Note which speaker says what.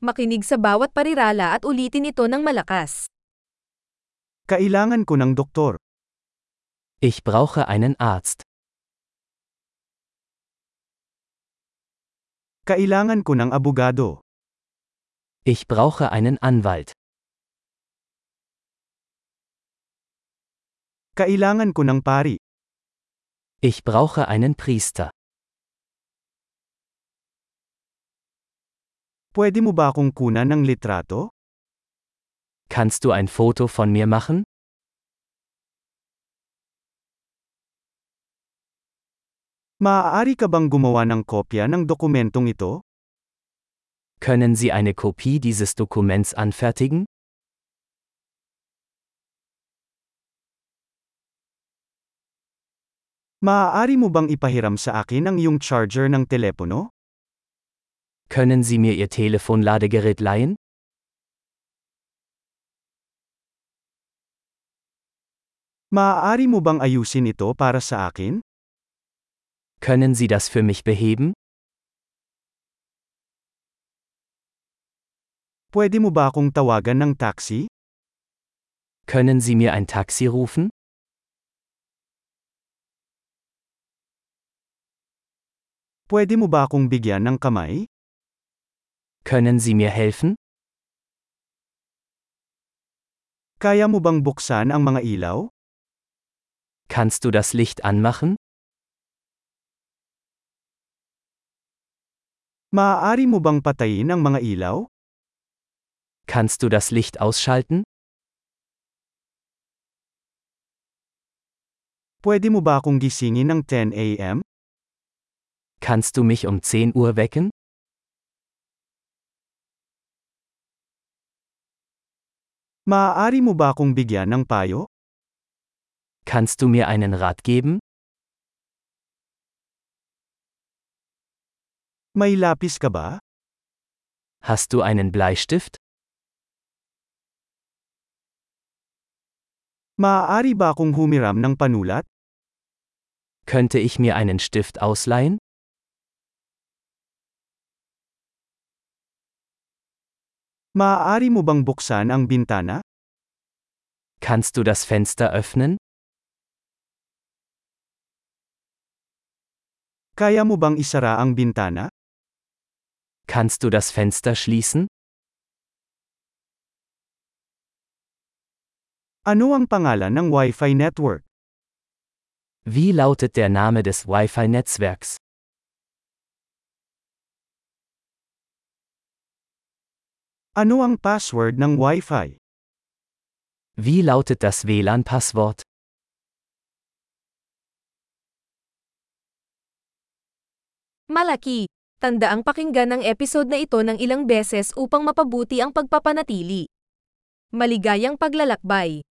Speaker 1: Makinig sa bawat parirala at ulitin ito ng malakas.
Speaker 2: Kailangan ko ng doktor.
Speaker 3: Ich brauche einen Arzt.
Speaker 2: Kailangan ko ng abogado.
Speaker 3: Ich brauche einen Anwalt.
Speaker 2: Kailangan ko ng pari.
Speaker 3: Ich brauche einen Priester.
Speaker 2: Pwede mo ba akong kunan ng litrato?
Speaker 3: Kannst du ein Foto von mir machen?
Speaker 2: Maaari ka bang gumawa ng kopya ng dokumentong ito?
Speaker 3: Können Sie eine Kopie dieses Dokuments anfertigen?
Speaker 2: Maaari mo bang ipahiram sa akin ang iyong charger ng telepono?
Speaker 3: Können Sie mir Ihr Telefonladegerät leihen?
Speaker 2: Maaari mo bang ayusin ito para sa akin?
Speaker 3: Können Sie das für mich beheben?
Speaker 2: Pwede mo ba akong tawagan ng taxi?
Speaker 3: Können Sie mir ein Taxi rufen?
Speaker 2: Pwede mo ba akong bigyan ng kamay?
Speaker 3: Können Sie mir helfen?
Speaker 2: Kaya mo bang buksan ang mga ilaw?
Speaker 3: Kannst du das Licht anmachen?
Speaker 2: Maaari mo bang patayin ang mga ilaw?
Speaker 3: Kannst du das Licht ausschalten?
Speaker 2: Pwede mo ba akong gisingin ng 10 a.m.?
Speaker 3: Kannst du mich um 10 Uhr wecken?
Speaker 2: Maaari mo ba akong bigyan ng payo?
Speaker 3: Kannst du mir einen Rat geben?
Speaker 2: May lapis ka ba?
Speaker 3: Hast du einen Bleistift?
Speaker 2: Maaari ba akong humiram ng panulat?
Speaker 3: Könnte ich mir einen Stift ausleihen?
Speaker 2: Maaari mo bang buksan ang bintana?
Speaker 3: Kannst du das Fenster öffnen?
Speaker 2: Kaya mo bang isara ang bintana?
Speaker 3: Kannst du das Fenster schließen?
Speaker 2: Ano ang pangalan ng Wi-Fi network?
Speaker 3: Wie lautet der Name des Wi-Fi-Netzwerks?
Speaker 2: Ano ang password ng Wi-Fi?
Speaker 3: Wie lautet das WLAN-Passwort?
Speaker 1: Malaki! Tanda ang pakinggan ng episode na ito ng ilang beses upang mapabuti ang pagpapanatili. Maligayang paglalakbay!